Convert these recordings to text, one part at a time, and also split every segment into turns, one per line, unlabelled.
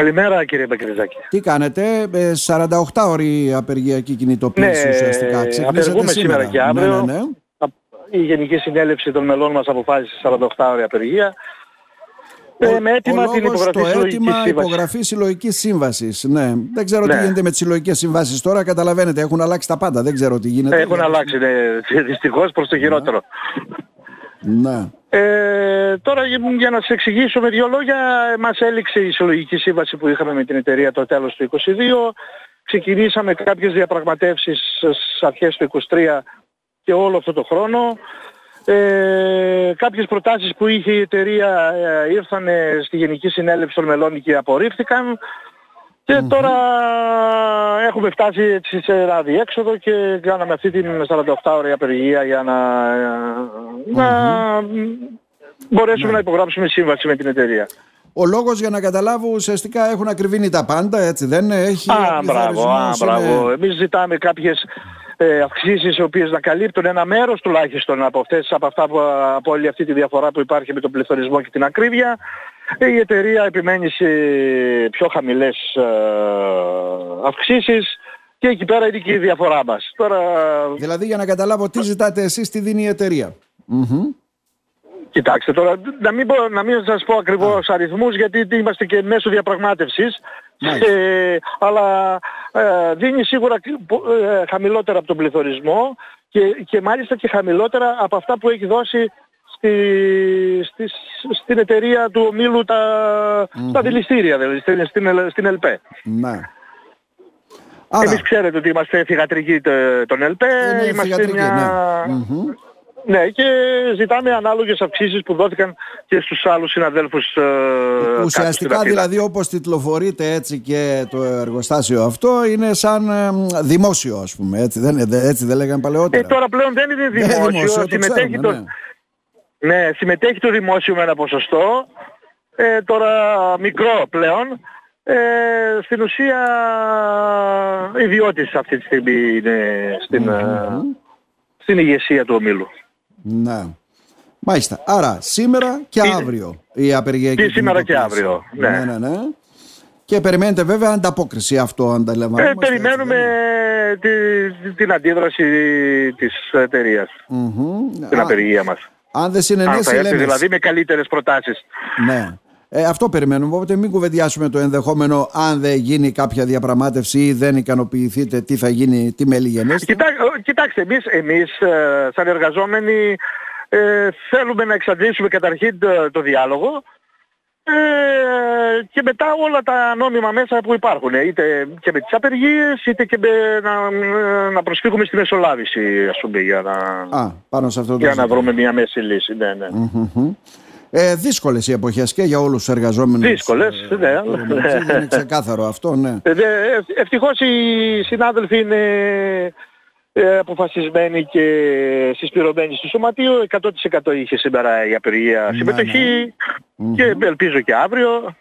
Καλημέρα κύριε Μπακρυζάκη.
Τι κάνετε, ε, 48 ώρη απεργιακή κινητοποίηση
Ναι,
ουσιαστικά. Ξεχνήσατε
απεργούμε σήμερα
σήμερα.
και αύριο.
Ναι, ναι, ναι.
Η Γενική Συνέλευση των μελών μας αποφάσισε 48 ώρια απεργία. Ε, με
ο
έτοιμα την
λόγος,
υπογραφή
το
της Συλλογικής
αίτημα
Σύμβασης.
υπογραφή συλλογική σύμβασης. Ναι. Δεν ξέρω τι
Ναι.
γίνεται με τις συλλογικές συμβάσει τώρα. Καταλαβαίνετε, έχουν αλλάξει τα πάντα. Δεν ξέρω τι γίνεται.
Έχουν αλλάξει, ναι, δυστυχώς προς το χειρότερο.
Ναι.
Ε, τώρα για να σας εξηγήσω με δύο λόγια, ε, μας έληξε η συλλογική σύμβαση που είχαμε με την εταιρεία το τέλος του 22. Ξεκινήσαμε κάποιες διαπραγματεύσεις στις αρχές του 23 και όλο αυτό το χρόνο. Ε, κάποιες προτάσεις που είχε η εταιρεία ε, ήρθαν στη Γενική Συνέλευση των Μελών και απορρίφθηκαν. Και τώρα έχουμε φτάσει έτσι σε ένα διέξοδο και κάναμε αυτή την 48 ώρια απεργία για να, να μπορέσουμε να υπογράψουμε σύμβαση με την εταιρεία.
Ο λόγος για να καταλάβω ουσιαστικά έχουν ακριβήνει τα πάντα, έτσι δεν είναι, έχει.
Α,
ο
μπράβο, α,
πληθωρισμός ε,
μπράβο.
είναι-
Εμείς ζητάμε κάποιες ε, αυξήσεις οι οποίες να καλύπτουν ένα μέρος τουλάχιστον από, αυτές, από, αυτά, που- από όλη αυτή τη διαφορά που υπάρχει με τον πληθωρισμό και την ακρίβεια. Ε, Η εταιρεία επιμένει σε πιο χαμηλές ε, αυξήσεις και εκεί πέρα είναι και η διαφορά μας. Τώρα,
Δηλαδή για να καταλάβω τι ζητάτε εσείς, τι δίνει η εταιρεία. Μμμ.
κοιτάξτε τώρα, να μην, πω, να μην σας πω ακριβώς αριθμούς γιατί είμαστε και μέσω διαπραγμάτευσης.
Μάλιστα.
Ε, αλλά ε, δίνει σίγουρα ε, χαμηλότερα από τον πληθωρισμό και, και μάλιστα και χαμηλότερα από αυτά που έχει δώσει στη, στη, στην εταιρεία του ομίλου τα, τα δηληστήρια, δηλαδή στην, στην, Ελ- στην ΕΛΠΕ.
Ναι. Άρα,
Εμείς ξέρετε ότι είμαστε θυγατρικοί τε- των ΕΛΠΕ,
είναι
είμαστε
θυγατρική,
μια...
ναι. Μμμ.
Ναι, και ζητάμε ανάλογες αυξήσεις που δόθηκαν και στους άλλους συναδέλφους. ε, κάτω στην
Ουσιαστικά
Αθήνα.
δηλαδή όπως τιτλοφορείται έτσι και το εργοστάσιο αυτό είναι σαν ε, μ, δημόσιο ας πούμε έτσι δεν, δεν- έτσι δεν λέγανε
Ε,
παλαιότερα.
τώρα πλέον δεν είναι
Δεν είναι
δημόσιο,
Ναι, δημόσιο, το
συμμετέχει
ξέρουμε,
το,
ναι.
Ναι, συμμετέχει το δημόσιο με ένα ποσοστό, ε, τώρα μικρό πλέον. Ε, στην ουσία ιδιώτης αυτή τη στιγμή είναι στην, ε, στην ηγεσία του ομίλου.
Ναι. Μάλιστα. Άρα σήμερα και αύριο η απεργιακή.
Και σήμερα και
κινητοποίηση.
αύριο, ναι.
Ναι, ναι, ναι. Και περιμένετε βέβαια ανταπόκριση αυτό
Ε,
αντιλαμβανόμαστε. έτσι,
περιμένουμε
δεν είναι.
τη- την αντίδραση της εταιρείας,
Μμμ.
την
Α,
απεργία μας.
αν δεν
Αν θα
συνενέσει,
έρθει
λέμε.
δηλαδή με καλύτερες προτάσεις.
Ναι. Ε, αυτό περιμένουμε. Οπότε μην κουβεντιάσουμε το ενδεχόμενο αν δεν γίνει κάποια διαπραγμάτευση ή δεν ικανοποιηθείτε τι θα γίνει, τι μελιγενέστε.
Κοιτά, ε, κοιτάξτε, εμείς, εμείς ε, σαν εργαζόμενοι ε, θέλουμε να εξαντλήσουμε καταρχήν το, το διάλογο ε, και μετά όλα τα νόμιμα μέσα που υπάρχουν, ε, είτε και με τις απεργίες, είτε και με, να, ε, να προσφύγουμε στη μεσολάβηση, ας πούμε, για να,
Α, ναι. πάνω σε αυτό το
για να
ζήτημα.
βρούμε μια μέση λύση. Ναι, ναι.
Ε, δύσκολες οι εποχές και για όλους τους εργαζόμενους.
Δύσκολες,
ε,
ναι.
τώρα, μεταξύ, δεν είναι ξεκάθαρο αυτό, ναι.
Ε, δε, ευ- ευτυχώς οι συνάδελφοι είναι ε, αποφασισμένοι και συσπηρωμένοι στο σωματείο. 100% είχε σήμερα η απεργία
Ναι,
συμμετοχή και ελπίζω και αύριο.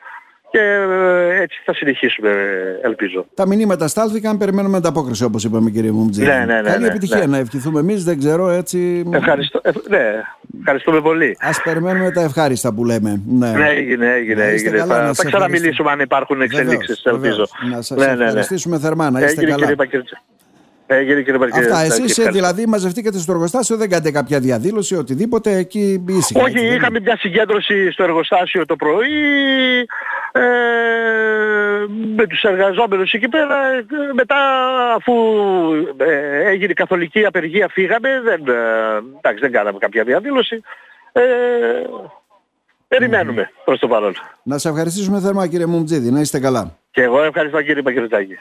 Και ε, έτσι θα συνεχίσουμε, ε, ελπίζω.
Τα μηνύματα στάλθηκαν, περιμένουμε ανταπόκριση όπως είπαμε κύριε Μουμτζή.
Ναι, ναι, ναι,
Καλή
ναι,
επιτυχία
ναι.
να ευχηθούμε εμείς, δεν ξέρω έτσι.
Ευχαριστώ, ε, ναι, ευχαριστούμε πολύ.
Ας περιμένουμε τα ευχάριστα που λέμε. Ναι,
Ναι, έγινε, έγινε,
Να είστε
έγινε.
καλά, να
Θα,
σε
θα
ευχαριστώ.
ξαναμιλήσουμε αν υπάρχουν
Βεβαίως,
εξελίξεις, ελπίζω. Ναι,
βεβαίως. Να σας ευχαριστήσουμε θερμά, να είστε
Έγινε
καλά.
Ε, κύριε Πακρίτσα. Έγινε κύριε Πακρίτσα.
Αυτά, εσείς ε,
Ευχαριστώ.
δηλαδή μαζευτήκατε στο εργοστάσιο, δεν κάνετε κάποια διαδήλωση, οτιδήποτε, εκεί ήσυχα. έτσι,
Όχι,
δεν είναι.
είχαμε μια συγκέντρωση στο εργοστάσιο το πρωί ε, με τους εργαζόμενους εκεί πέρα. Ε, Μετά αφού ε, έγινε καθολική απεργία φύγαμε, δεν, ε, εντάξει, δεν κάναμε κάποια διαδήλωση. Ε, περιμένουμε προς το παρόν.
Να σε ευχαριστήσουμε θερμά κύριε Μουμτζίδη, να είστε καλά.
Και εγώ ευχαριστώ κύριε Παγκυρτάκη.